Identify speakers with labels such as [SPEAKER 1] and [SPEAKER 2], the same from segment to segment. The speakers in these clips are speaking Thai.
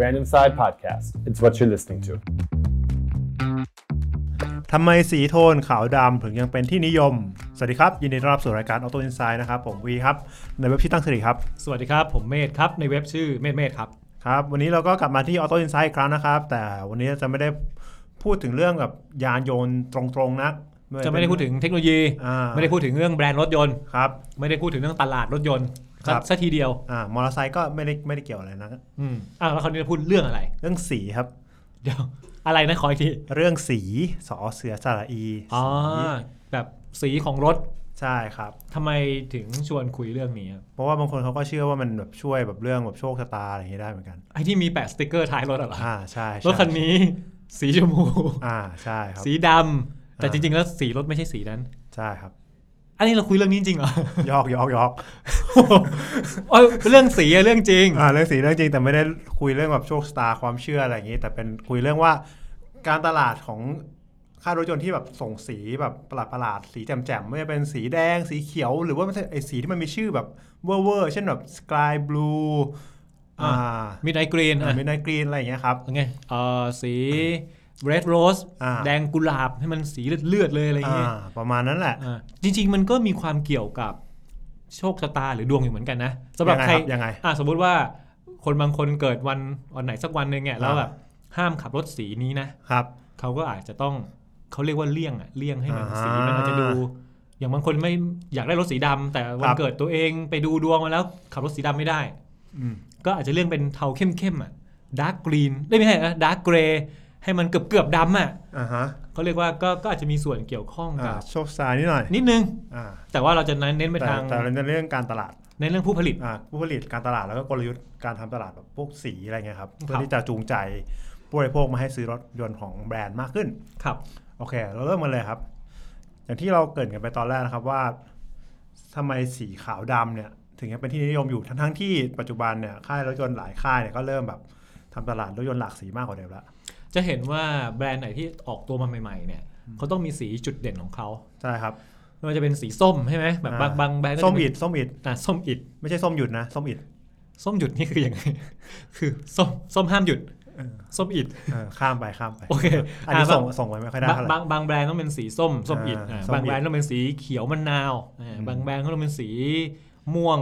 [SPEAKER 1] Random Side Podcast. It's what you're listening to.
[SPEAKER 2] ทำไมสีโทนขาวดำถึงยังเป็นที่นิยม สวัสดีครับ ยินดีต้อนรับสู่รายการ Auto Insight นะครับ ผมวีครับ ในเว็บที่ตั้งสิริครับ
[SPEAKER 3] สวัสดีครับ ผมเมธครับ ในเว็บชื่อเมธเมธครับ
[SPEAKER 2] ครับ วันนี้เราก็กลับมาที่ Auto Insight อีกครั้งนะครับ แต่วันนี้จะไม่ได้พูดถึงเรื่องแบบยานยนต์ตรงๆนะว่า
[SPEAKER 3] จะไม่ได้
[SPEAKER 2] เป็น
[SPEAKER 3] พูดถึงเทคโนโลยี
[SPEAKER 2] อ่า
[SPEAKER 3] ไม่ได้พูดถึงเรื่องแบรนด์รถยนต์
[SPEAKER 2] ครับ
[SPEAKER 3] ไม่ได้พูดถึงเรื่องตลาดรถยนต์
[SPEAKER 2] ครับ
[SPEAKER 3] สักทีเดียว
[SPEAKER 2] อ่ามอเตอร์ไซค์ก็ไม่ได้ไม่ได้เกี่ยวอะไรนะ
[SPEAKER 3] อืมอ่ะแล้วคราวนี้จะพูดเรื่องอะไร
[SPEAKER 2] เรื่องสีครับ
[SPEAKER 3] เดี๋ยว อะไรนะขออีกที
[SPEAKER 2] เรื่องสีสอเสือสระอี
[SPEAKER 3] อ๋อ
[SPEAKER 2] สี
[SPEAKER 3] แบบสีของรถ
[SPEAKER 2] ใช่ครับ
[SPEAKER 3] ทำไมถึงชวนคุยเรื่องนี้อะ
[SPEAKER 2] เพราะว่าบางคนเขาก็เชื่อว่ามันแบบช่วยแบบเรื่องแบบโชคชะตาอะไรอย่างเงี้ยได้เหมือนกัน
[SPEAKER 3] ไอ้ที่มีแปะสติกเกอร์ท้ายรถอะเหรอ
[SPEAKER 2] อ่าใช่ใช่
[SPEAKER 3] รถคันนี้ สีชมพู
[SPEAKER 2] อ่าใช่ครับ
[SPEAKER 3] สีดำแต่จริง ๆ แล้วสีรถไม่ใช่สีนั้น
[SPEAKER 2] ใช่ครับ
[SPEAKER 3] อันนี้เราคุยเรื่องนี้จริงเหรอ
[SPEAKER 2] ยอกยอกยอก
[SPEAKER 3] เอ้ยเรื่องสีอะเรื่องจริง
[SPEAKER 2] อ่าเรื่องสีเรื่องจริงแต่ไม่ได้คุยเรื่องแบบโชคชะตาความเชื่ออะไรอย่างนี้ แต่เป็นคุยเรื่องว่าการตลาดของค่ายรถยนต์ที่แบบส่งสีแบบประหลาดประหลาดๆสีแจ่มๆไม่ว่าจะเป็นสีแดงสีเขียว หรือว่ามันจะไอสีที่มันมีชื่อแบบเวอร์เวอร์ๆเช่นแบบสกายบลูอ่า
[SPEAKER 3] อ่า มิดไนกรีน
[SPEAKER 2] มินกรีนอะไรอย่างเงี้ยครับ
[SPEAKER 3] ไงเอ่อสี red rose
[SPEAKER 2] อ่า
[SPEAKER 3] แดงกุหลาบให้มันสีเลือดๆเลยอะไรอย่างเงี้ย
[SPEAKER 2] อ่าประมาณนั้นแหละ
[SPEAKER 3] อ่าจริง ๆ มันก็มีความเกี่ยวกับโชคชะตาหรือดวงอยู่เหมือนกันนะสำหรับ
[SPEAKER 2] ยังไง
[SPEAKER 3] ใคร
[SPEAKER 2] ครับยังไง
[SPEAKER 3] อ่าสมมติว่าคนบางคนเกิดวันวันไหนสักวันหนึ่งเนี่ยแล้ว
[SPEAKER 2] อ่า
[SPEAKER 3] แบบห้ามขับรถสีนี้นะครับ เขาก็อาจจะต้องเขาเรียกว่าเลี่ยงอะเลี่ยงให้มัน
[SPEAKER 2] อ่า
[SPEAKER 3] สีมันอาจจะดู อย่างบางคนไม่อยากได้รถสีดำแต่
[SPEAKER 2] คน
[SPEAKER 3] วั
[SPEAKER 2] รับ
[SPEAKER 3] เกิดตัวเองไปดูดวงมาแล้วขับรถสีดำไม่ได้
[SPEAKER 2] อืม
[SPEAKER 3] ก็อาจจะเลือกเป็นเทาเข้มๆอ่ะดาร์กกรีนได้ยไม่ใช่นะดาร์กเกรย์ให้มันเกือบเกือบๆดำอ่ะ
[SPEAKER 2] อ่าฮะ
[SPEAKER 3] เขาเรียกว่าก็ก็อาจจะมีส่วนเกี่ยวข้อง
[SPEAKER 2] อ่า
[SPEAKER 3] กับ
[SPEAKER 2] โชคชะตานิดหน่อย
[SPEAKER 3] นิดนึง
[SPEAKER 2] อ่า
[SPEAKER 3] แต่ว่าเราจะเน้นเน้นไป
[SPEAKER 2] แต่
[SPEAKER 3] ทาง
[SPEAKER 2] แต่เราจะเรื่องการตลาด
[SPEAKER 3] ในเรื่องผู้ผลิต
[SPEAKER 2] อ่าผู้ผลิตการตลาดแล้วก็กลยุทธ์การทำตลาดแบบพวกสีอะไรเงี้ยครับเพื่อ
[SPEAKER 3] ครับ
[SPEAKER 2] ที่จะจูงใจผู้บริโภคมาให้ซื้อรถยนต์ของแบรนด์มากขึ้น
[SPEAKER 3] ครับ
[SPEAKER 2] โอเค เราเริ่มกันเลยครับ อย่างที่เราเกริดกันไปตอนแรกนะครับว่าทำไมสีขาวดำเนี่ย ถึงยังเป็นที่นิยมอยู่ทั้งทั้งๆที่ปัจจุบันเนี่ยค่ายรถยนต์หลายค่ายเนี่ยก็เริ่มแบบทำตลาดรถยนต์หลากสีมากกว่าเดิมละ
[SPEAKER 3] จะเห็นว่าแบรนด์ไหนที่ออกตัวมาใหม่ๆเนี่ยเขาต้องมีสีจุดเด่นของเขา
[SPEAKER 2] ใช่ครับ
[SPEAKER 3] ไม่ว่าจะเป็นสีส้มใช่ไหมแบบบาง
[SPEAKER 2] อ่า
[SPEAKER 3] บางแบรนด์ก็จะ
[SPEAKER 2] ส้ม
[SPEAKER 3] เป็น
[SPEAKER 2] อิดส้มอิด
[SPEAKER 3] อ่ะส้มอิด
[SPEAKER 2] ไม่ใช่ส้มหยุดนะส้มอิด
[SPEAKER 3] ส้มหยุดนี่คือยังไง คือส้มส้มห้ามหยุดส้มอิด
[SPEAKER 2] เออข้ามไปข้ามไป
[SPEAKER 3] โอเค
[SPEAKER 2] อันนี้
[SPEAKER 3] อ่า
[SPEAKER 2] ส่งส่งไปไม่ค่อยได้
[SPEAKER 3] บาง
[SPEAKER 2] เท่าไหร่
[SPEAKER 3] บางบางแบรนด์ต้องเป็นสีส้มส้มอิด
[SPEAKER 2] อ่า
[SPEAKER 3] อ่า
[SPEAKER 2] ส้มอิฐ
[SPEAKER 3] บางแบรนด์ต้องเป็นสีเขียวมะนาวอ่า
[SPEAKER 2] อืม
[SPEAKER 3] บางแบรนด์ก็ต้องเป็นสีม่วง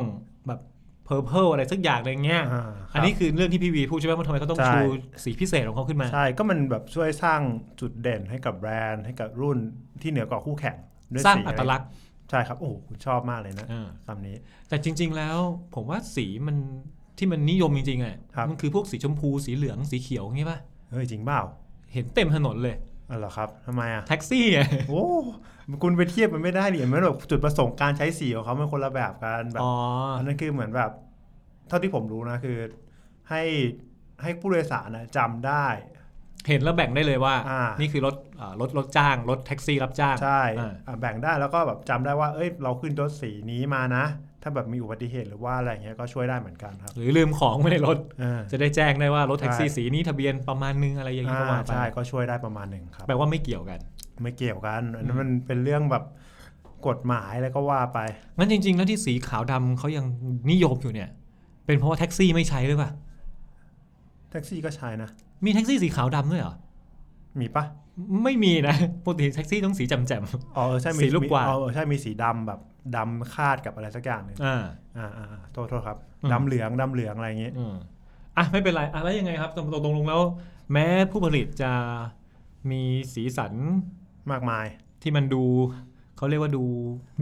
[SPEAKER 3] แบบเพอร์เพลอะไรสักอย่างอะไรเงี้ย
[SPEAKER 2] อ่าครับ
[SPEAKER 3] อันนี้คือเรื่องที่พี่วีพูดใช่ไหมว่าทำไมเขาต้อง
[SPEAKER 2] ใช่
[SPEAKER 3] ชูสีพิเศษของเขาขึ้นมา
[SPEAKER 2] ใช่ ก็มันแบบช่วยสร้างจุดเด่นให้กับแบรนด์ให้กับรุ่นที่เหนือกว่าคู่แข่งด้ว
[SPEAKER 3] สร้าง
[SPEAKER 2] ยะไ
[SPEAKER 3] อัตลักษณ์
[SPEAKER 2] ใช่ครับ โอ้โหคุณชอบมากเลยนะ
[SPEAKER 3] อ่า
[SPEAKER 2] คำนี้
[SPEAKER 3] แต่จริง ๆ แล้วผมว่าสีมันที่มันนิยมจริงๆอ่ะ
[SPEAKER 2] ครับ
[SPEAKER 3] มันคือพวกสีชมพูสีเหลืองสีเขียวอย่างงี้ป่ะ
[SPEAKER 2] เฮ้ยจริงเปล่า
[SPEAKER 3] เห็นเต็มถนนเลย
[SPEAKER 2] อ๋อเหรอครับทำไมอ่ะ
[SPEAKER 3] แท็กซี่อ่ะ
[SPEAKER 2] โอ้ คุณไปเทียบมันไม่ได้ดิมันแบบจุดประสงค์การใช้สีของเขามันคนละแบบกันแบบ
[SPEAKER 3] อ๋อ
[SPEAKER 2] อันนั้นคือเหมือนแบบ เท่าที่ผมรู้นะคือ ให้ให้ผู้โดยสารนะจำได้
[SPEAKER 3] เห็นแล้วแบ่งได้เลยว่า
[SPEAKER 2] อ่านี่
[SPEAKER 3] นี่คือรถอ่ารถรถจ้างรถแท็กซี่รับจ้าง
[SPEAKER 2] ใช่
[SPEAKER 3] อ่า
[SPEAKER 2] อ่ะแบ่งได้แล้วก็แบบจำได้ว่า เอ้ย เราขึ้นรถสีนี้มานะ ถ้าแบบมีอุบัติเหตุหรือว่าอะไรเงี้ยก็ช่วยได้เหมือนกันครับ
[SPEAKER 3] หรือลืมของไว้ในรถ
[SPEAKER 2] อ่า
[SPEAKER 3] จะได้แจ้งได้ว่ารถแท็กซี่
[SPEAKER 2] ใช่
[SPEAKER 3] สีนี้ทะเบียนประมาณนึงอะไรอย่างนี้ก็ว่า
[SPEAKER 2] อ่า
[SPEAKER 3] ไป
[SPEAKER 2] ใช่ก็ช่วยได้ประมาณหนึ่งครับ
[SPEAKER 3] แปลว่าไม่เกี่ยวกัน
[SPEAKER 2] ไม่เกี่ยวกันอันนั้นมันเป็นเรื่องแบบกฎหมายแล้วก็ว่าไป
[SPEAKER 3] งั้นจริง ๆ แล้วที่สีขาวดำเขายังนิยมอยู่เนี่ย เป็นเพราะว่าแท็กซี่ไม่ใช้หรือเปล่า
[SPEAKER 2] แท็กซี่ก็ใช้นะ
[SPEAKER 3] มีแท็กซี่สีขาวดำด้วยเหรอ
[SPEAKER 2] มีปะ
[SPEAKER 3] ไม่มีนะปกติแท็กซี่ต้องสีแจ่ม
[SPEAKER 2] อ๋อเออใช่มี
[SPEAKER 3] สีลูกกวาด
[SPEAKER 2] อ๋อเออใช่มีสีดำแบบดำคาดกับอะไรสักอย่างหนึ่ง
[SPEAKER 3] ๆอ่า
[SPEAKER 2] อ่าอ่าอ่าโทษโทษครับ
[SPEAKER 3] อืม
[SPEAKER 2] ดำเหลืองดำเหลืองอะไรอย่างเงี้ย
[SPEAKER 3] อืมอ่ะไม่เป็นไรอ่ะแล้วยังไงครับตรงตรงลงแล้ว แม้ผู้ผลิตจะมีสีสัน
[SPEAKER 2] มากมาย
[SPEAKER 3] ที่มันดูเขาเรียกว่าดู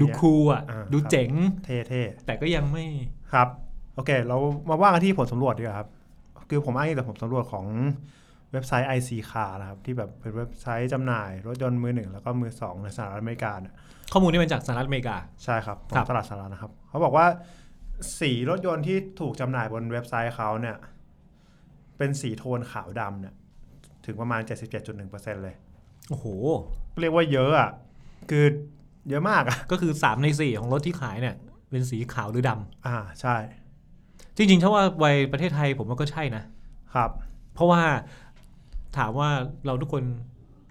[SPEAKER 3] ดู
[SPEAKER 2] เนี่ย
[SPEAKER 3] คูลอ่ะ
[SPEAKER 2] อ่า
[SPEAKER 3] ดู
[SPEAKER 2] ครับ
[SPEAKER 3] เจ๋ง
[SPEAKER 2] เท่เท่
[SPEAKER 3] แต่ก็ยังไม่
[SPEAKER 2] ครับ โอเค เรามาว่ากันที่ผลสำรวจดีกว่าครับ คือผมอ้างอิงจากผลสำรวจของเว็บไซต์ IC Car นะครับ ที่แบบเป็นเว็บไซต์จำหน่าย รถยนต์มือหนึ่งแล้วก็มือสองในสหรัฐอเมริกาเนี่ย
[SPEAKER 3] ข้อมูลนี่มันจากสหรัฐอเมริกา
[SPEAKER 2] ใช่ครับข
[SPEAKER 3] ครั
[SPEAKER 2] อง
[SPEAKER 3] บ
[SPEAKER 2] ตลาดสารานะครับ เขาบอกว่า สีรถยนต์ที่ถูกจำหน่ายบนเว็บไซต์เขาเนี่ย เป็นสีโทนขาวดำเนี่ย ถึงประมาณ 77.1%เลย
[SPEAKER 3] โอ้โห
[SPEAKER 2] เรียกว่าเยอะอ่ะ คือเยอะมากอ่ะ
[SPEAKER 3] ก็คือ 3 ใน 4 ของรถที่ขายเนี่ย เป็นสีขาวหรือดำ
[SPEAKER 2] อ่าใช่
[SPEAKER 3] จริงๆถ้าว่าไวยประเทศไทยผมว่าก็ใช่นะ
[SPEAKER 2] ครับ
[SPEAKER 3] เพราะว่าถามว่าเราทุกคน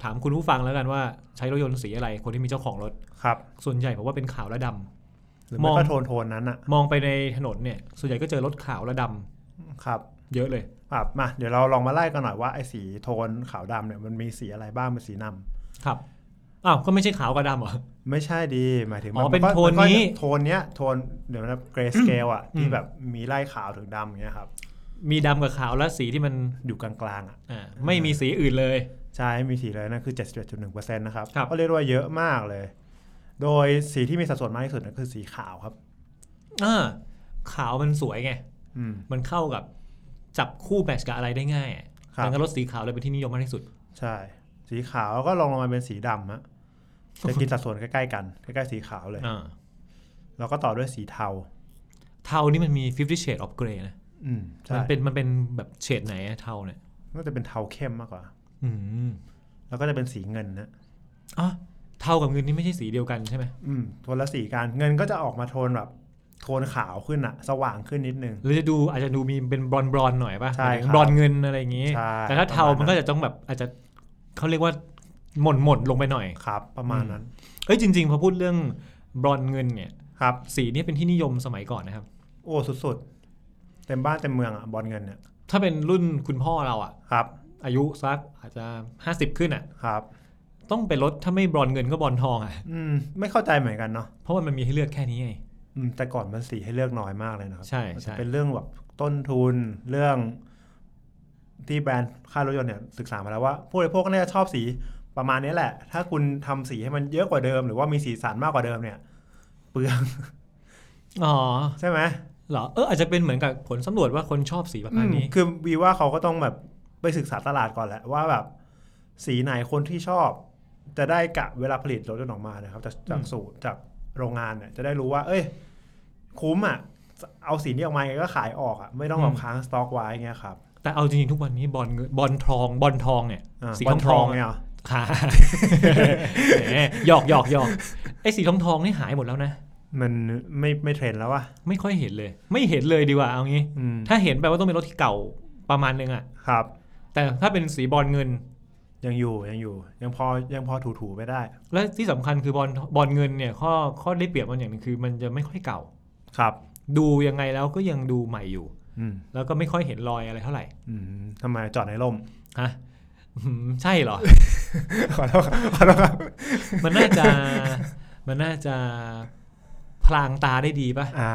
[SPEAKER 3] ถามคุณผู้ฟังแล้วกันว่าใช้รถยนต์สีอะไร คนที่มีเจ้าของรถ
[SPEAKER 2] ครับ
[SPEAKER 3] ส่วนใหญ่ผมว่าเป็นขาวและดำ
[SPEAKER 2] หรือ
[SPEAKER 3] ม
[SPEAKER 2] ไม่
[SPEAKER 3] อง
[SPEAKER 2] ก็โทนโทนนั้นอะ
[SPEAKER 3] มองไปในถนนเนี่ย ส่วนใหญ่ก็เจอรถขาวและดำ
[SPEAKER 2] ครับ
[SPEAKER 3] เยอะเลย
[SPEAKER 2] ครับมาเดี๋ยวเราลองมาไล่กันหน่อยว่าไอ้สีโทนขาวดำเนี่ยมันมีสีอะไรบ้างเป็นสีนำ
[SPEAKER 3] ครับอ้าวก็ไม่ใช่ขาวกับดำเหรอ
[SPEAKER 2] ไม่ใช่ดีหมายถึง
[SPEAKER 3] อ๋อ
[SPEAKER 2] มั
[SPEAKER 3] เป็น
[SPEAKER 2] ก็
[SPEAKER 3] โทน
[SPEAKER 2] มัก็
[SPEAKER 3] นี้
[SPEAKER 2] โทนเนี้ยโทนเดี๋ยวนะเกรสเกลอะ
[SPEAKER 3] อืม
[SPEAKER 2] ที่แบบมีไล่ขาวถึงดำอย่างเงี้ยครับ
[SPEAKER 3] มีดำกับขาวและสีที่มัน
[SPEAKER 2] อยู่กลางๆอะ
[SPEAKER 3] อ่าไม่มีสีอื่นเลย
[SPEAKER 2] ใช่มีสีเลยนะคือ 71.1%นะครับ
[SPEAKER 3] ครับ
[SPEAKER 2] ก็เรียกได้ว่าเยอะมากเลย โดยสีที่มีสัดส่วนมากที่สุดนะคือสีขาวครับ
[SPEAKER 3] อ่าขาวมันสวยไง
[SPEAKER 2] อืม
[SPEAKER 3] มันเข้ากับจับคู่แมทช์กับอะไรได้ง่ายอะ
[SPEAKER 2] ครับ
[SPEAKER 3] ดังนั้นรถสีขาวเลยเป็นที่นิยมมากที่สุด
[SPEAKER 2] ใช่ สีขาวก็ลองลงมาเป็นสีดำฮะจะกินสัดส่วนใกล้ๆกัน ใกล้ๆสีขาวเลย
[SPEAKER 3] อ่า
[SPEAKER 2] แล้วก็ต่อด้วยสีเทา
[SPEAKER 3] เทานี่มันมี 50 shade of grey นะ
[SPEAKER 2] อืมใช่
[SPEAKER 3] มันเป็นมันเป็นแบบเฉดไหนอะเทาเนี่ย
[SPEAKER 2] น่าจะเป็นเทาเข้มมากกว่า
[SPEAKER 3] อืม
[SPEAKER 2] แล้วก็จะเป็นสีเงินนะ
[SPEAKER 3] อ่ะเทากับเงินนี่ไม่ใช่สีเดียวกันใช่ไหม
[SPEAKER 2] อืมโทนละสีกันเงินก็จะออกมาโทนแบบโทนขาวขึ้นอะสว่างขึ้นนิดนึง
[SPEAKER 3] หรือจะดูอาจจะดูมีเป็นบรอนบรอนๆหน่อยป่ะ
[SPEAKER 2] ใช่
[SPEAKER 3] หมายถึง
[SPEAKER 2] ครับ
[SPEAKER 3] บรอนเงินอะไรอย่างงี้
[SPEAKER 2] ใช่
[SPEAKER 3] แต่ถ้าเทา
[SPEAKER 2] ประมาณนั้น
[SPEAKER 3] มันก็จะต้องแบบอาจจะเขาเรียกว่าหม่นหม่นๆลงไปหน่อย
[SPEAKER 2] ครับ ประมาณนั้น
[SPEAKER 3] เอ้ยจริงๆพอพูดเรื่องบรอนเงินเนี่ย
[SPEAKER 2] ครับ
[SPEAKER 3] สีเนี้เป็นที่นิยมสมัยก่อนนะครับ
[SPEAKER 2] โอ้สุดๆเต็มบ้านเต็มเมืองอะบอลเงินเนี่ย
[SPEAKER 3] ถ้าเป็นรุ่นคุณพ่อเราอะ
[SPEAKER 2] ครับ
[SPEAKER 3] อายุสักอาจจะ 50 ขึ้นอะ
[SPEAKER 2] ครับ
[SPEAKER 3] ต้องเป็นรถถ้าไม่บรอนเงินก็บรอนทองอะ
[SPEAKER 2] อืมไม่เข้าใจเหมือนกันเนาะ
[SPEAKER 3] เพราะว่ามันมีให้เลือกแค่นี้ไง
[SPEAKER 2] อืมแต่ก่อนมันสีให้เลือกน้อยมากเลยนะครับ
[SPEAKER 3] ใช่
[SPEAKER 2] มันจะ
[SPEAKER 3] ใช่
[SPEAKER 2] เป็นเรื่องแบบต้นทุนเรื่อง ที่แบรนด์ค่ายรถยนต์เนี่ยศึกษามาแล้วว่าผู้บริโภคก็น่าจะชอบสีประมาณนี้แหละ ถ้าคุณทำสีให้มันเยอะกว่าเดิม หรือว่ามีสีสันมากกว่าเดิมเนี่ย เปลือง
[SPEAKER 3] อ๋อ
[SPEAKER 2] ใช่ไหม
[SPEAKER 3] เหรอเอออาจจะเป็นเหมือนกับผลสำรวจว่าคนชอบสีประมาณนี้
[SPEAKER 2] อืมคือวีว่าเขาก็ต้องแบบไปศึกษาตลาดก่อนแหละว่าแบบ สีไหนคนที่ชอบ จะได้กะเวลาผลิตรถยนต์ออกมานะครับจากจากสูตรจากโรงงานเนี่ยจะได้รู้ว่า เอ้ย คุ้มอ่ะ เอาสีนี้ออกมายังไงก็ขายออกอ่ะไม่ต้องแบ
[SPEAKER 3] อื
[SPEAKER 2] บ
[SPEAKER 3] ม
[SPEAKER 2] ค้างสต็อกไว้เงี้ยครับ
[SPEAKER 3] แต่เอาจริงๆทุกวันนี้บอลเงินบอลทองบอลทองเนี่ย
[SPEAKER 2] อ่า
[SPEAKER 3] สี
[SPEAKER 2] บ
[SPEAKER 3] ท
[SPEAKER 2] อ
[SPEAKER 3] อ
[SPEAKER 2] ล
[SPEAKER 3] ง
[SPEAKER 2] ท
[SPEAKER 3] ท
[SPEAKER 2] อ
[SPEAKER 3] อง ง
[SPEAKER 2] เนี่ยเหรอ
[SPEAKER 3] ค่ะ แหมหยอกหยอกหยอกไอ้สีทองทองนี่หายหมดแล้วนะ
[SPEAKER 2] มันไม่ไม่เทรนด์แล้วว่ะ
[SPEAKER 3] ไม่ค่อยเห็นเลย ไม่เห็นเลยดีกว่าเอางี้
[SPEAKER 2] อืม
[SPEAKER 3] ถ้าเห็นแปลว่าต้องเป็นรถที่เก่าประมาณนึงอะ
[SPEAKER 2] ครับ
[SPEAKER 3] แต่ถ้าเป็นสีบอลเงิน
[SPEAKER 2] ยังอยู่ยังอยู่ ยังพอยังพอถูถูๆไปได้
[SPEAKER 3] และที่สำคัญคือบอลบอลเงินเนี่ยข้อข้อได้เปรียบมันอย่างหนึงคือ มันจะไม่ค่อยเก่า
[SPEAKER 2] ครับ
[SPEAKER 3] ดูยังไงแล้วก็ยังดูใหม่อยู่
[SPEAKER 2] อืม
[SPEAKER 3] แล้วก็ไม่ค่อยเห็นรอยอะไรเท่าไหร่
[SPEAKER 2] อืมทำไมจอดในร่ม
[SPEAKER 3] ฮะอืม ใช่เหรอ
[SPEAKER 2] ขอโทษครับขอโทษครับ
[SPEAKER 3] มันน่าจะ มันน่าจะพลางตาได้ดีป่ะ
[SPEAKER 2] อ่า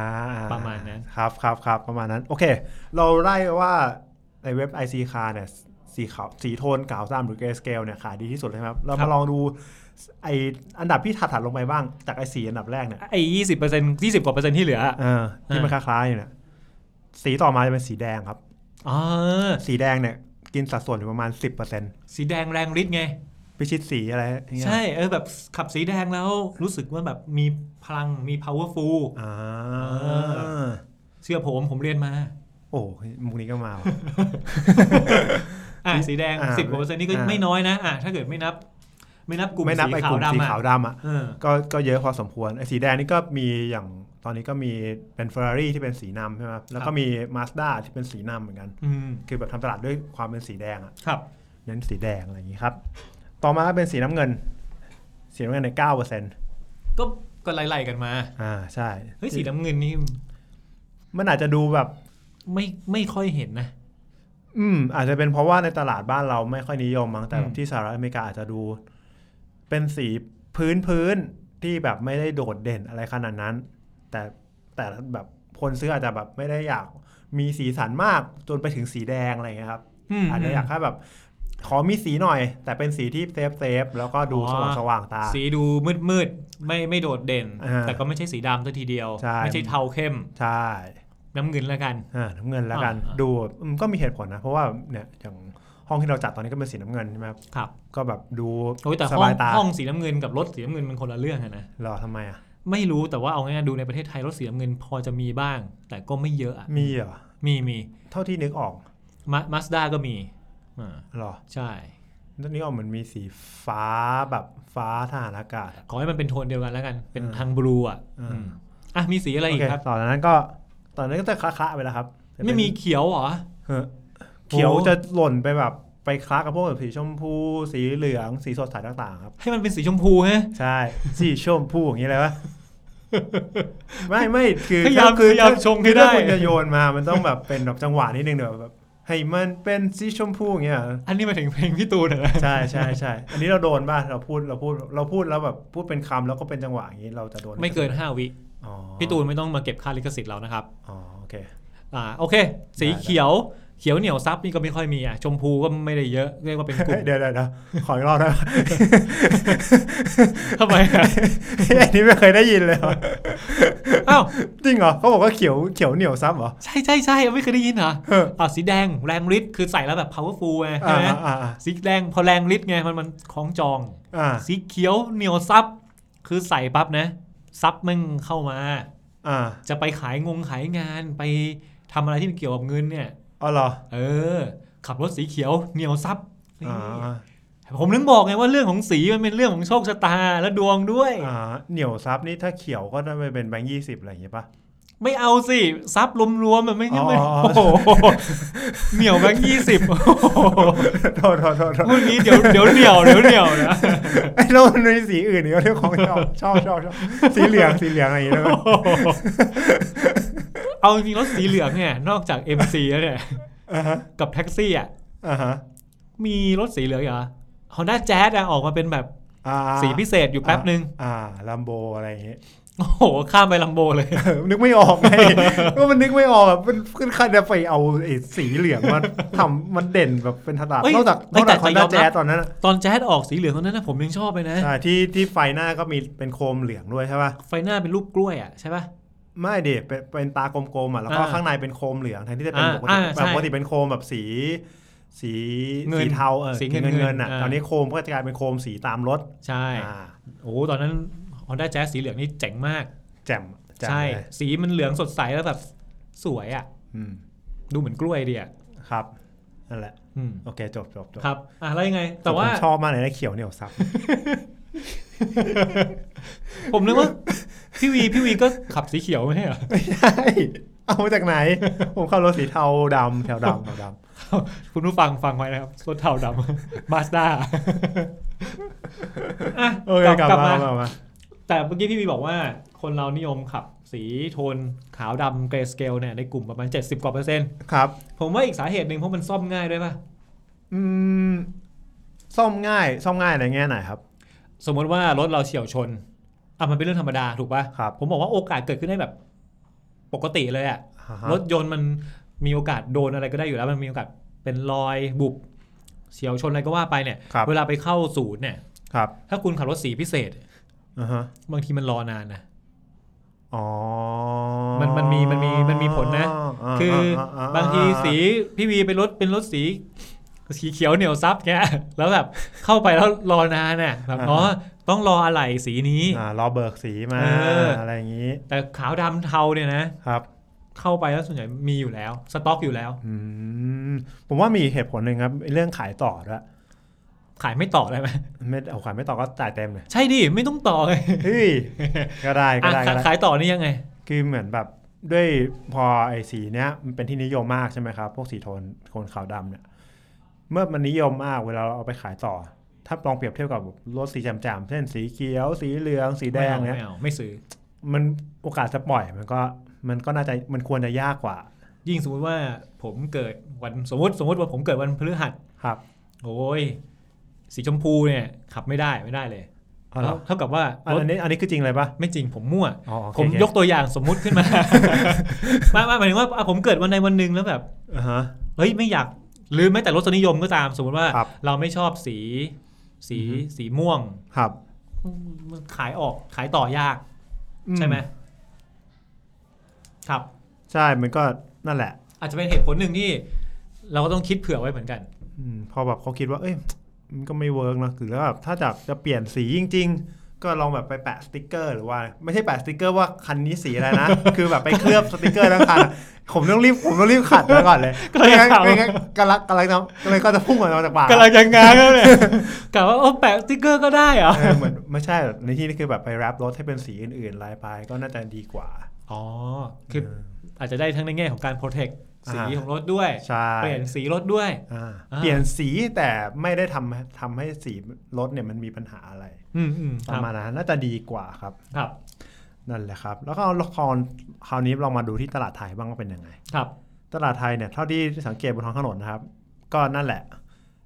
[SPEAKER 3] ประมาณนั้น
[SPEAKER 2] ครับครับครับประมาณนั้น โอเค เราไล่ว่าในเว็บ IC Car เนี่ยสีขาวสีโทนขาวซ้ำหรือ Grayscale เนี่ยขายดีที่สุดเลยครับ เรามาลองดูไออันดับที่ถัดๆลงไปบ้าง จากไอสีอันดับแรกเนี่ย
[SPEAKER 3] ไอ้ยี่สิบเปอร์เซ็นต์ยี่สิบกว่าเปอร์เซ็นต์ที่เหลือ
[SPEAKER 2] เออที่มันคล้ายๆอยู่เนี่ยสีต่อมาจะเป็นสีแดงครับ
[SPEAKER 3] อ๋อ
[SPEAKER 2] สีแดงเนี่ย กินสัดส่วนอยู่ประมาณ 10%
[SPEAKER 3] สีแดงแรงฤทธิ์ไง
[SPEAKER 2] พิชิตสีอะไรอย่างเงี้ย
[SPEAKER 3] ใช่เออแบบขับสีแดงแล้วรู้สึกว่าแบบมีพลังมี powerful
[SPEAKER 2] อ่า
[SPEAKER 3] เชื่อผมผมเรียนมา
[SPEAKER 2] โอ้โหมุกนี้ก็มาว่ะ
[SPEAKER 3] อ่ะสีแดง
[SPEAKER 2] อ่า
[SPEAKER 3] สิบกว่าเปอร์เซ็นต์นี่ก็
[SPEAKER 2] อ่า
[SPEAKER 3] ไม่น้อยนะอ่ะถ้าเกิดไม่นับ ไม่นับกลุ่ม
[SPEAKER 2] ไม่นับ
[SPEAKER 3] สี
[SPEAKER 2] ไอ้
[SPEAKER 3] ขาก ว
[SPEAKER 2] ลุ่มสี
[SPEAKER 3] ดำ
[SPEAKER 2] ขา
[SPEAKER 3] อ่ะ
[SPEAKER 2] วดำอ่ะ
[SPEAKER 3] เออ
[SPEAKER 2] ก็ก็เยอะพอสมควรไอ้สีแดงนี่ก็มีอย่างตอนนี้ก็มีเป็น Ferrari ที่เป็นสีนำใช่ไหมแล้วก็มี Mazda ที่เป็นสีนำเหมือนกัน
[SPEAKER 3] อืม
[SPEAKER 2] คือแบบทำตลาดด้วยความเป็นสีแดงอะ
[SPEAKER 3] ครับ
[SPEAKER 2] เน้นสีแดงอะไรอย่างนี้ครับ ต่อมาเป็นสีน้ำเงิน สีน้ำเงินในเก้าเปอร์เซ็นต์
[SPEAKER 3] ก็ก็ไล่ๆกันมา
[SPEAKER 2] อ่าใช่
[SPEAKER 3] เฮ้ยสีน้ำเงินนี่
[SPEAKER 2] มันอาจจะดูแบบ
[SPEAKER 3] ไม่ไม่ค่อยเห็นนะ
[SPEAKER 2] อืม อาจจะเป็นเพราะว่าในตลาดบ้านเราไม่ค่อยนิยมมั้งแต่
[SPEAKER 3] อืม
[SPEAKER 2] ที่สหรัฐอเมริกาอาจจะดู เป็นสีพื้นพื้นๆที่แบบไม่ได้โดดเด่นอะไรขนาดนั้น แต่แต่แบบคนซื้ออาจจะแบบไม่ได้อยากมีสีสันมากจนไปถึงสีแดงอะไรอย่างเงี้ยครับ
[SPEAKER 3] ม
[SPEAKER 2] อาจจะอยากแค่แบบ ขอมีสีหน่อย แต่เป็นสีที่เซฟเซฟๆแล้วก็ดู
[SPEAKER 3] อ๋
[SPEAKER 2] ส
[SPEAKER 3] อ
[SPEAKER 2] ว่างสว่างๆตา
[SPEAKER 3] สีดูมืดมืดๆไม่ไม่โดดเด่น
[SPEAKER 2] อ่า
[SPEAKER 3] แต่ก็ไม่ใช่สีดำซะทีเดียว
[SPEAKER 2] ใช่
[SPEAKER 3] ไม่ใช่เทาเข้ม
[SPEAKER 2] ใช่
[SPEAKER 3] น้ำเงินแล้วกัน
[SPEAKER 2] อ่าน้ำเงินแล้วกัน
[SPEAKER 3] อ่า
[SPEAKER 2] ดูอืมก็มีเหตุผลนะ เพราะว่าเนี่ยอย่างห้องที่เราจัดตอนนี้ก็เป็นสีน้ำเงินใช่ไหมครับ
[SPEAKER 3] ครับ
[SPEAKER 2] ก็แบบดู
[SPEAKER 3] โอ้ยแต่ห้อบ
[SPEAKER 2] สาง ยตา
[SPEAKER 3] ห้องสีน้ำเงินกับรถสีน้ำเงินมันคนละเรื่องอะนะ
[SPEAKER 2] เหรอทำไมอ่ะ
[SPEAKER 3] ไม่รู้แต่ว่าเอาง่ายๆดูในประเทศไทยรถสีน้ำเงินพอจะมีบ้าง แต่ก็ไม่เยอะอะ
[SPEAKER 2] มีเหรอ
[SPEAKER 3] มีมี
[SPEAKER 2] เท่าที่นึกออก
[SPEAKER 3] มาสด้าก็มีอ่า
[SPEAKER 2] เหรอ
[SPEAKER 3] ใช่
[SPEAKER 2] นึกนี้ออกเหมือนมีสีฟ้าแบบฟ้าทหารอากาศอะ
[SPEAKER 3] ขอให้มันเป็นโทนเดียวกันแล้วกัน เป็น
[SPEAKER 2] อ่า
[SPEAKER 3] ทางบลูอ่ะ
[SPEAKER 2] อ่า
[SPEAKER 3] อืมอ่ะมีสีอะไรอีก
[SPEAKER 2] โเค
[SPEAKER 3] ครับ
[SPEAKER 2] ต่อจากนั้นก็ ตอนนั้นก็จะคละๆไปแล้วครับจะเป็น
[SPEAKER 3] ไม่มีเขียวเหรอ
[SPEAKER 2] เออเขียว
[SPEAKER 3] โอ้
[SPEAKER 2] จะหล่นไปแบบไปคละกับพวกแบบสีชมพู สีเหลือง สีสดใสต่างๆ ครับ
[SPEAKER 3] ให้มันเป็นสีชมพูฮะ
[SPEAKER 2] ใช่ สีชมพูอย่างนี้เลยวะ ไม่ไม่คือ
[SPEAKER 3] พยายาม
[SPEAKER 2] คือ
[SPEAKER 3] พยายามชงให้ได้
[SPEAKER 2] ถ้าคุณจะโยนมามันต้องแบบเป็นแบบจังหวะนิดนึงเดี๋ยวแบบให้มันเป็นสีชมพูอย่างเงี้ย
[SPEAKER 3] อันนี้มาถึงเพลงพี่ตู นเหรอ
[SPEAKER 2] ใช่ใช่ใช่ อันนี้เราโดนป่ะเราพูดเราพูดเราพูดแล้วแบบพูดเป็นคำแล้วก็เป็นจังหวะอย่างนี้เราจะโดน
[SPEAKER 3] ไม่เกิน 5 วิ
[SPEAKER 2] อ๋อ
[SPEAKER 3] พี่ตูนไม่ต้องมาเก็บค่าลิขสิทธิ์เรานะครับ
[SPEAKER 2] อ๋อโอเค
[SPEAKER 3] อ่าโอเค สีเขียว เขียวเหนียวซับนี่ก็ไม่ค่อยมีอ่ะ ชมพูก็ไม่ได้เยอะ เรียกว่าเป็นกลุ่ม
[SPEAKER 2] เดี๋ยวเดี๋ยวเดี๋ยวขออีกรอบนะ
[SPEAKER 3] ทำไมอ่ะ
[SPEAKER 2] อันนี้ไม่เคยได้ยิน เลยว่ะ
[SPEAKER 3] อ้าว
[SPEAKER 2] จริงเหรอเขาบอกว่าเขียวเขียวเหนียวซับเหรอ
[SPEAKER 3] ใช่ใช่ใช่ไม่เคยได้ยินเหรอ
[SPEAKER 2] เออ
[SPEAKER 3] อ่าสีแดงแรงฤทธิ์คือใส่แล้วแบบ powerful ไงใช่
[SPEAKER 2] อ่า
[SPEAKER 3] ไหม
[SPEAKER 2] อ่าอ่า
[SPEAKER 3] สีแดงพอแรงฤทธิ์ไงมันมันคล้องจอง
[SPEAKER 2] อ่า
[SPEAKER 3] สีเขียวเหนียวซับ คือใส่ปั๊บนะ ซับมึงเข้ามา
[SPEAKER 2] อ่า
[SPEAKER 3] จะไปขายงงขายงานไปทำอะไรที่มันเกี่ยวกับเงินเนี่ย
[SPEAKER 2] อ๋อเหรอ
[SPEAKER 3] เออ ขับรถสีเขียวเหนียวซับ
[SPEAKER 2] อ่า
[SPEAKER 3] ผมถึงบอกไงว่าเรื่องของสีมันเป็นเรื่องของโชคชะตาและดวงด้วย
[SPEAKER 2] อ่าเหนียวซับนี่ถ้าเขียวก็ได้ไปเป็นแบงค์ยี่สิบอะไรอย่างเงี้ยป่ะ
[SPEAKER 3] ไม่เอาสิซับรวมๆมันไม่ใช่ไหม
[SPEAKER 2] อ๋ออ๋อ
[SPEAKER 3] โอ้โหเหนียวแบงค์ยี่สิบโอ้โห
[SPEAKER 2] โทษโทษโทษโทษ
[SPEAKER 3] พูดงี้เดี๋ยวเดี๋ยวเหนียวเดี๋ยวเหนียวนะ
[SPEAKER 2] ไอ้เราในสีอื่นนี่ก็เรื่องของชอบ ชอบชอบชอบสีเหลืองสีเหลืองอะไรอย่างเงี้ยได้ไหม
[SPEAKER 3] โอ้โหเอาจริงๆแล้วสีเหลืองเนี่ยนอกจาก MC แล้วเนี่ย
[SPEAKER 2] อ่าฮะ
[SPEAKER 3] กับแท็กซี่อ่ะ
[SPEAKER 2] อ่าฮะ
[SPEAKER 3] มีรถสีเหลืองอีกเหรอฮอนด้าแจ๊สอะออกมาเป็นแบบ
[SPEAKER 2] อ่า
[SPEAKER 3] สีพิเศษอยู่แป๊บนึง
[SPEAKER 2] อ่าลัมโบอะไรอย่างเงี้ย
[SPEAKER 3] โอ้โห ข้ามไปลัมโบเลย
[SPEAKER 2] เออ นึกไม่ออกไง ก็มันนึกไม่ออกแบบมันขึ้นคันจะไปเอาไอ้สีเหลืองมาทำมันเด่นแบบเป็นถนัด
[SPEAKER 3] เอ้ย
[SPEAKER 2] นอกจาก
[SPEAKER 3] เอ้
[SPEAKER 2] นอย กจาก
[SPEAKER 3] แต่
[SPEAKER 2] คอน
[SPEAKER 3] แต่ย
[SPEAKER 2] ด้า
[SPEAKER 3] อมรับ
[SPEAKER 2] แจ๊สตอนนั้นอะ
[SPEAKER 3] ตอนแจ๊สออกสีเหลืองตอนนั้นนะผมยังชอบเลยนะ
[SPEAKER 2] ใช่ที่ที่ไฟหน้าก็มีเป็นโคมเหลืองด้วยใช่ป่ะ
[SPEAKER 3] ไฟหน้าเป็นรูปกล้วยอ่ะใช่ปะ
[SPEAKER 2] ไม่เด็เป็นเป็นตากลมๆอ่ะแล้วก็
[SPEAKER 3] อ่า
[SPEAKER 2] ข้างในเป็นโคมเหลืองแทนที่จะเป็น
[SPEAKER 3] อ่า
[SPEAKER 2] ปกติ
[SPEAKER 3] อ่า
[SPEAKER 2] แบบ
[SPEAKER 3] ใช่
[SPEAKER 2] ปกติเป็นโคมแบบสี สี
[SPEAKER 3] เงิน
[SPEAKER 2] สีเทาเออ
[SPEAKER 3] สีเงิน
[SPEAKER 2] เงินๆอ่ะ
[SPEAKER 3] เงินๆอ่า
[SPEAKER 2] ตอนนี้โคมก็จะกลายเป็นโคมสีตามรถ
[SPEAKER 3] ใช่
[SPEAKER 2] อ่า
[SPEAKER 3] โอ้โหตอนนั้น Honda Jazz สีเหลืองนี่เจ๋งมาก
[SPEAKER 2] แจ่มแจ่ม
[SPEAKER 3] ใช่
[SPEAKER 2] เลย
[SPEAKER 3] สีมันเหลืองสดใสแล้วแบบสวยอะ่ะ
[SPEAKER 2] อืม
[SPEAKER 3] ดูเหมือนกล้วยดีอะ่ะ
[SPEAKER 2] ครับนั่นแหละ
[SPEAKER 3] อืม
[SPEAKER 2] โอเคจบจบจบ
[SPEAKER 3] ครับ อ่ะแล้วยังไง แต่ว่า
[SPEAKER 2] ผมชอบมากเลยนะเขียวเหนียวซับ
[SPEAKER 3] ผมนึกว่า พี่วีพี่วีก็ขับสีเขียวไม่ใช่เหรอ
[SPEAKER 2] ไม่ใช่ เอามาจากไหน ผมเข้ารถสีเทาดำแถวดำแถวด
[SPEAKER 3] คุณผู้ฟังฟังไว้นะครับรถเทาดำ มาสด้าอ่ะ
[SPEAKER 2] ำโอเคกลับมา
[SPEAKER 3] มา
[SPEAKER 2] กลับมา
[SPEAKER 3] แต่เมื่อกี้พี่วีบอกว่า คนเรานิยมขับสีโทนขาวดำเกรสเกลเนี่ยในกลุ่มประมาณ 70กว่าเปอร์เซ็นต์
[SPEAKER 2] ครับ
[SPEAKER 3] ผมว่าอีกสาเหตุหนึ่งเพราะมันซ่อมง่ายด้วยป่ะ
[SPEAKER 2] อืมซ่อมง่ายซ่อมง่ายในแง่ไหนครับ
[SPEAKER 3] สมมติว่ารถเราเฉียวชน อ่ะมันเป็นเรื่องธรรมดาถูกปะ่ะ
[SPEAKER 2] ครับ
[SPEAKER 3] ผมบอกว่าโอกาสเกิดขึ้นได้แบบปกติเลยอะ
[SPEAKER 2] อ่าฮะ
[SPEAKER 3] รถยนต์มันมีโอกาสโดนอะไรก็ได้อยู่แล้ว มันมีโอกาสเป็นรอยบุบเฉียวชนอะไรก็ว่าไปเนี่ย
[SPEAKER 2] ครับ
[SPEAKER 3] เวลาไปเข้าศูนย์เนี่ย
[SPEAKER 2] ครับ
[SPEAKER 3] ถ้าคุณขับรถสีพิเศษ
[SPEAKER 2] อ่าฮะ
[SPEAKER 3] บางทีมันรอนานนะ
[SPEAKER 2] อ๋อ
[SPEAKER 3] มันมันมีมันมีมันมีผลนะ
[SPEAKER 2] า
[SPEAKER 3] คือ
[SPEAKER 2] อ่
[SPEAKER 3] บางทีสีพี่วีเป็นรถเป็นรถสี สีเขียวเหนียวซับเงี้ย แล้วแบบเข้าไปแล้วรอนานน่ะแบบอ๋อต้องรออะไหล่สีนี้
[SPEAKER 2] อ่ารอเบิกสีมา
[SPEAKER 3] เอออ
[SPEAKER 2] อะไรอย่างนี้
[SPEAKER 3] แต่ขาวดำเทาเนี่ยนะ
[SPEAKER 2] ครับ
[SPEAKER 3] เข้าไปแล้วส่วนใหญ่มีอยู่แล้ว สต็อกอยู่แล้ว
[SPEAKER 2] อืมผมว่ามีเหตุผลหนึ่งครับเรื่องขายต่อด้วย
[SPEAKER 3] ขายไม่ต่อได้ไหม
[SPEAKER 2] ไม่เอาขายไม่ต่อก็จ่ายเต็มเลย
[SPEAKER 3] ใช่ดิ ไม่ต้อง ต่อเลย
[SPEAKER 2] เฮ้ยก็ได้ก็
[SPEAKER 3] อ่ะ
[SPEAKER 2] ได้ก็
[SPEAKER 3] ขา
[SPEAKER 2] ได้
[SPEAKER 3] ยขายต่อนี่ยังไง
[SPEAKER 2] คือเหมือนแบบด้วยพอไอ้สีเนี้ยมันเป็นที่นิยมมากใช่ไหมครับ พวกสีโทนโทนขาวดำเนี่ยเมื่อมันนิยมมากเวลาเราเอาไปขายต่อ ถ้าลองเปรียบเทียบกับรถสีแจ่มๆเช่นสีเขียว สีเหลือง สีแดง
[SPEAKER 3] ไม่
[SPEAKER 2] เนี่ย
[SPEAKER 3] เอาไม่เอาไม่ซื้อ
[SPEAKER 2] มันโอกาสจะปล่อยมันก็มันก็น่าจะมันควรจะยากกว่า
[SPEAKER 3] ยิ่งสมมติว่าผมเกิดวันสมมติสมมติว่าผมเกิดวันพฤหัส
[SPEAKER 2] ครับ
[SPEAKER 3] โอ้ย สีชมพูเนี่ย ขับไม่ได้ไม่ได้เลย
[SPEAKER 2] เอาละ
[SPEAKER 3] เท่ากับว่ารถ
[SPEAKER 2] อันนี้อันนี้คือจริงเลยปะ
[SPEAKER 3] ไม่จริงผมมั่ว
[SPEAKER 2] อ๋อโอเค
[SPEAKER 3] ผม
[SPEAKER 2] โอเค
[SPEAKER 3] ยกตัวอย่างสมมุติขึ้นมา ไมาหมายถึงว่าอ่ะผมเกิดวันใดวันหนึ่งแล้วแบบ
[SPEAKER 2] อ่าฮะ
[SPEAKER 3] เฮ้ยไม่อยากหรือแม้แต่รสนิยมก็ตามสมมติว่า
[SPEAKER 2] ครับ
[SPEAKER 3] เราไม่ชอบสีสี
[SPEAKER 2] อือฮึ
[SPEAKER 3] สีม่วง
[SPEAKER 2] ครับ
[SPEAKER 3] มันขายออกขายต่อยาก
[SPEAKER 2] อื
[SPEAKER 3] ใช่ไหมครับ
[SPEAKER 2] ใช่มันก็นั่นแหละ
[SPEAKER 3] อาจจะเป็นเหตุผลหนึ่งที่ เราก็ต้องคิดเผื่อไว้เหมือนกัน
[SPEAKER 2] อืมพอแบบเขาคิดว่า เอ้ย มันก็ไม่เวิร์กนะหรือว่าแบบถ้าจะจะเปลี่ยนสีจริง ๆ ก็ลองแบบไปแปะสติกเกอร์หรือว่า ไม่ใช่แปะสติกเกอร์ว่าคันนี้สีอะไรนะ คือแบบไปเคลือบสติกเกอร์ทั้งคันอะผมต้องรีบผมต้องรีบขัดไว้ก่อนเลย
[SPEAKER 3] ก็เลย
[SPEAKER 2] ไม่งั้น
[SPEAKER 3] ขัด
[SPEAKER 2] ไม่งั้นกำลังกำลังจะกำลังก็จะพุ่งออกมาจากปาก
[SPEAKER 3] กำลังจะงานแล้ว เนี่ยกะว่าโอ้แปะสติ๊กเกอร์ก็ได้เหรอ
[SPEAKER 2] เออเหมือนไม่ใช่ในที่นี้คือแบบไปแรปรถให้เป็นสีอื่นๆลายไปก็น่าจะดีกว่า
[SPEAKER 3] อ๋อ คือ
[SPEAKER 2] เออ
[SPEAKER 3] อาจจะได้ทั้งในแง่ของการโปรเทคสี
[SPEAKER 2] อ่า
[SPEAKER 3] ของรถด้วย
[SPEAKER 2] ใช่
[SPEAKER 3] เปลี่ยนสีรถด้วย
[SPEAKER 2] อ่า
[SPEAKER 3] อ่า
[SPEAKER 2] เปลี่ยนสีแต่ไม่ได้ทำทำให้สีรถเนี่ยมันมีปัญหาอะไร
[SPEAKER 3] อืมอืม
[SPEAKER 2] ป
[SPEAKER 3] ครั
[SPEAKER 2] ระ
[SPEAKER 3] บ
[SPEAKER 2] มาณนั้นน่าจะดีกว่าครับ
[SPEAKER 3] ครับ
[SPEAKER 2] นั่นแหละครับ แล้วก็เอาละครคราวนี้ลองมาดูที่ตลาดไทยบ้างว่าเป็นยังไง
[SPEAKER 3] ครับ
[SPEAKER 2] ตลาดไทยเนี่ยเท่าที่สังเกตบนท้องถนนนะครับ ก็นั่นแหละ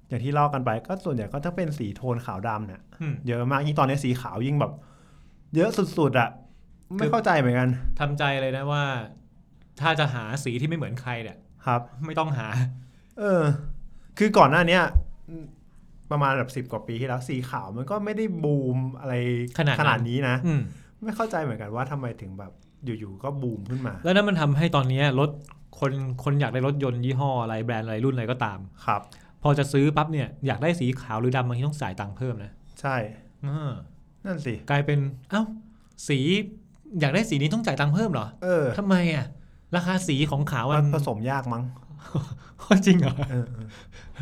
[SPEAKER 2] อย่างที่เล่ากันไปก็ส่วนใหญ่ก็จะเป็นสีโทนขาวดำเนี่ย
[SPEAKER 3] อืม
[SPEAKER 2] เยอะมากยิ่งตอนนี้สีขาวยิ่งแบบ เยอะสุดๆอะไม่เข้าใจเหมือนกัน
[SPEAKER 3] ทำใจเลยนะว่า ถ้าจะหาสีที่ไม่เหมือนใคร เนี่ย
[SPEAKER 2] ครับ
[SPEAKER 3] ไม่ต้องหา
[SPEAKER 2] เออ คือก่อนหน้าเนี้ยประมาณแบบสิบ10 กว่าปีที่แล้วสีขาวมันก็ไม่ได้บูมอะไร
[SPEAKER 3] ขนาดนั้น
[SPEAKER 2] นี้นะ
[SPEAKER 3] อืม
[SPEAKER 2] ไม่เข้าใจเหมือนกันว่าทำไมถึงแบบอยู่ๆก็บูมขึ้นมา
[SPEAKER 3] แล้วนั่นมันทำให้ตอนเนี้ยรถคนคนอยากได้รถยนต์ยี่ห้ออะไรแบรนด์อะไรรุ่นอะไรก็ตาม
[SPEAKER 2] ครับ
[SPEAKER 3] พอจะซื้อปั๊บเนี่ยอยากได้สีขาวหรือดำบางทีต้องจ่ายตังค์เพิ่มนะ
[SPEAKER 2] ใช่
[SPEAKER 3] อ่า
[SPEAKER 2] นั่นสิ
[SPEAKER 3] กลายเป็นเอ้าสีอยากได้สีนี้ต้องจ่ายตังค์เพิ่มเหรอ
[SPEAKER 2] เออ
[SPEAKER 3] ทำไมอ่ะราคาสีของขาว
[SPEAKER 2] มั
[SPEAKER 3] มัน น
[SPEAKER 2] ผสมยากมั้ง
[SPEAKER 3] จริงเหรอ
[SPEAKER 2] เออเออ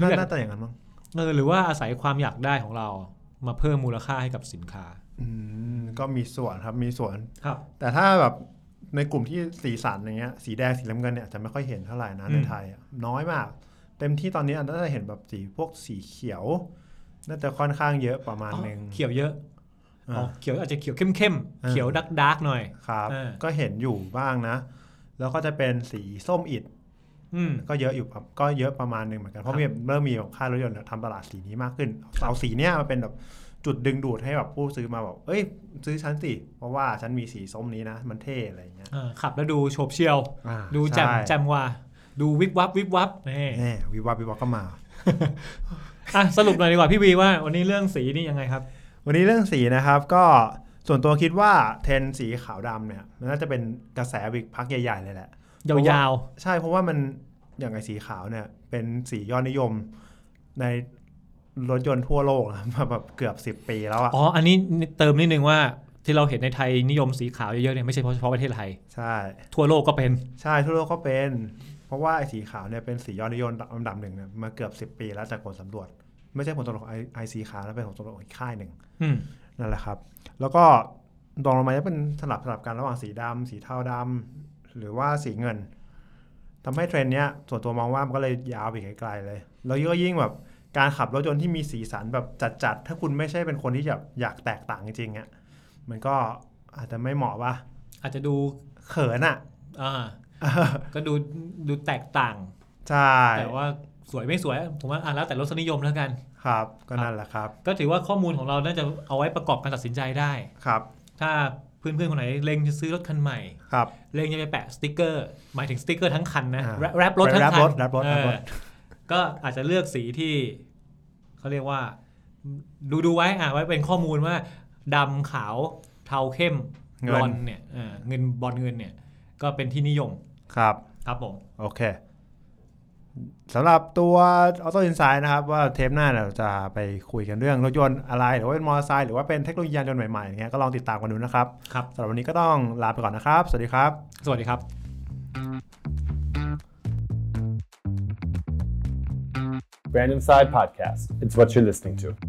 [SPEAKER 2] น่าน่าจะอย่างนั้นมั้ง
[SPEAKER 3] เออหรือว่าอาศัยความอยากได้ของเรา มาเพิ่มมูลค่าให้กับสินค้า
[SPEAKER 2] อืมก็มีส่วนครับมีส่วน
[SPEAKER 3] ครับ
[SPEAKER 2] แต่ถ้าแบบในกลุ่มที่สีสันอย่างเงี้ย สีแดงสีน้ำเงินเนี่ยอาจจะไม่ค่อยเห็นเท่าไหร่นะ
[SPEAKER 3] อืม
[SPEAKER 2] ในไทยอะน้อยมาก เต็มที่ตอนนี้อาจจะเห็นแบบสีพวกสีเขียว น่าจะค่อนข้างเยอะประมาณหนึ่ง
[SPEAKER 3] เขียวเยอะ
[SPEAKER 2] อ่า
[SPEAKER 3] อ๋อเขียวอาจจะเขียวเข้ม
[SPEAKER 2] อ่า
[SPEAKER 3] ๆเขียวดักดักๆหน่อย
[SPEAKER 2] ครับ
[SPEAKER 3] เออ
[SPEAKER 2] ก็เห็นอยู่บ้างนะ แล้วก็จะเป็นสีส้มอิด
[SPEAKER 3] อืม
[SPEAKER 2] ก็เยอะอยู่ครับก็เยอะประมาณหนึ่งเหมือนกัน เพ
[SPEAKER 3] ครั
[SPEAKER 2] ราะ
[SPEAKER 3] บ
[SPEAKER 2] มีเริ่มมีแบบค่ายรถยนต์เนี่ยทำตลาดสีนี้มากขึ้นเอาสีเนี้ยมาเป็นแบบจุดดึงดูดให้แบบผู้ซื้อมาบอกเอ้ย ซื้อฉันสิเพราะว่าฉันมีสีส้มนี้นะ มันเท่อะไรอย่างเงี้ย
[SPEAKER 3] อ่าขับแล้วดูโฉบเฉียว
[SPEAKER 2] อ่า
[SPEAKER 3] ดูแจ่ม
[SPEAKER 2] ใช่
[SPEAKER 3] แจ่มว่า ดูวิบวับวิบวับ นี่
[SPEAKER 2] แน่วิบวับวิบวับก็มา
[SPEAKER 3] อ่ะสรุปหน่อยดีกว่าพี่วีว่า วันนี้เรื่องสีนี่ยังไงครับ
[SPEAKER 2] วันนี้เรื่องสีนะครับก็ส่วนตัวคิดว่าเทรนด์สีขาวดำเนี่ยมันน่าจะเป็นกระแสวิกพักใหญ่ๆเลยแหละ
[SPEAKER 3] ยาว
[SPEAKER 2] ใช่เพราะว่ามันอย่างไอสีขาวเนี่ย เป็นสียอดนิยมในรถยนต์ทั่วโลกนะ มาแบบเกือบสิบ10 ปีแล้ว
[SPEAKER 3] ๆ
[SPEAKER 2] อะ
[SPEAKER 3] อ๋อ อันนี้เติมนิดนึงว่า ที่เราเห็นในไทยนิยมสีขาวเยอะๆเนี่ยไม่ใช่เฉพาะประเทศไทย
[SPEAKER 2] ใช่
[SPEAKER 3] ทั่วโลกก็เป็น
[SPEAKER 2] ใช่ทั่วโลกก็เป็น เพราะว่าไอสีขาวเนี่ยเป็นสียอดนิยมอันดับหนึ่งเนี่ยมาเกือบสิบ10 ปีแล้วจากผลสำรวจ ไม่ใช่ผลสำรวจของไอไอสีขาวแล้วเป็นผลสำรวจของอีกค่ายหนึ่ง
[SPEAKER 3] อืม
[SPEAKER 2] นั่นแหละครับ แล้วก็ดองลงมาจะเป็นสลับสลับกันระหว่างสีดำสีเทาดำหรือว่าสีเงินทำให้เทรนด์เนี้ยส่วนตัวมองว่ามันก็เลยยาวไปไกลๆเลย แล้วก็ยิ่งแบบการขับรถยนต์ที่มีสีสันแบบจัดๆ ถ้าคุณไม่ใช่เป็นคนที่แบบอยากแตกต่างจริงๆอะ่ะมันก็อาจจะไม่เหมาะว่า
[SPEAKER 3] อาจจะดู
[SPEAKER 2] เขินอะ่ะ
[SPEAKER 3] อ่าก็ดูดูแตกต่าง
[SPEAKER 2] ใช่
[SPEAKER 3] แต่ว่าสวยไม่สวย ผมว่าอ่ะแล้วแต่รสนิยมแล้วกัน
[SPEAKER 2] ครับก็นั่นแหละครับ
[SPEAKER 3] ก็ถือว่าข้อมูลของเราน่าจะเอาไว้ประกอบการตัดสินใจได้
[SPEAKER 2] ครับ
[SPEAKER 3] ถ้าเพื่อนๆคนไหนเล็งจะซื้อรถคันใหม่
[SPEAKER 2] ครับ
[SPEAKER 3] เล็งจะไปแปะสติกเกอร์ หมายถึงสติกเกอร์ทั้งคันนะ
[SPEAKER 2] อ่า
[SPEAKER 3] แรแรปรถทั้งคั
[SPEAKER 2] แรปร
[SPEAKER 3] น
[SPEAKER 2] ถแรปรถ
[SPEAKER 3] เอ
[SPEAKER 2] แรปร
[SPEAKER 3] อ
[SPEAKER 2] ถ
[SPEAKER 3] ก็อาจจะเลือกสีที่เขาเรียกว่า ดูดูไว้อ่ะไว้เป็นข้อมูลว่าดำขาวเทาเข้มบลอนด์เนี่ยเออเงินบอลเงินเนี่ย ก็เป็นที่นิยม
[SPEAKER 2] ครับ
[SPEAKER 3] ครับผม
[SPEAKER 2] โอเคสำหรับตัว Auto Insight นะครับ ว่าเทปหน้าเนี่ยเราจะไปคุยกันเรื่องรถยนต์อะไร หรือว่าเป็นมอเตอร์ไซค์หรือว่าเป็นเทคโนโลยียานยนต์ใหม่ๆอย่างเงี้ยก็ลองติดตามกันดูนะครับ
[SPEAKER 3] ครับ
[SPEAKER 2] สำหรับวันนี้ก็ต้องลาไปก่อนนะครับ สวัสดีครับ
[SPEAKER 3] สวัสดีครับ
[SPEAKER 1] Brand Inside Podcast. It's what you're listening to.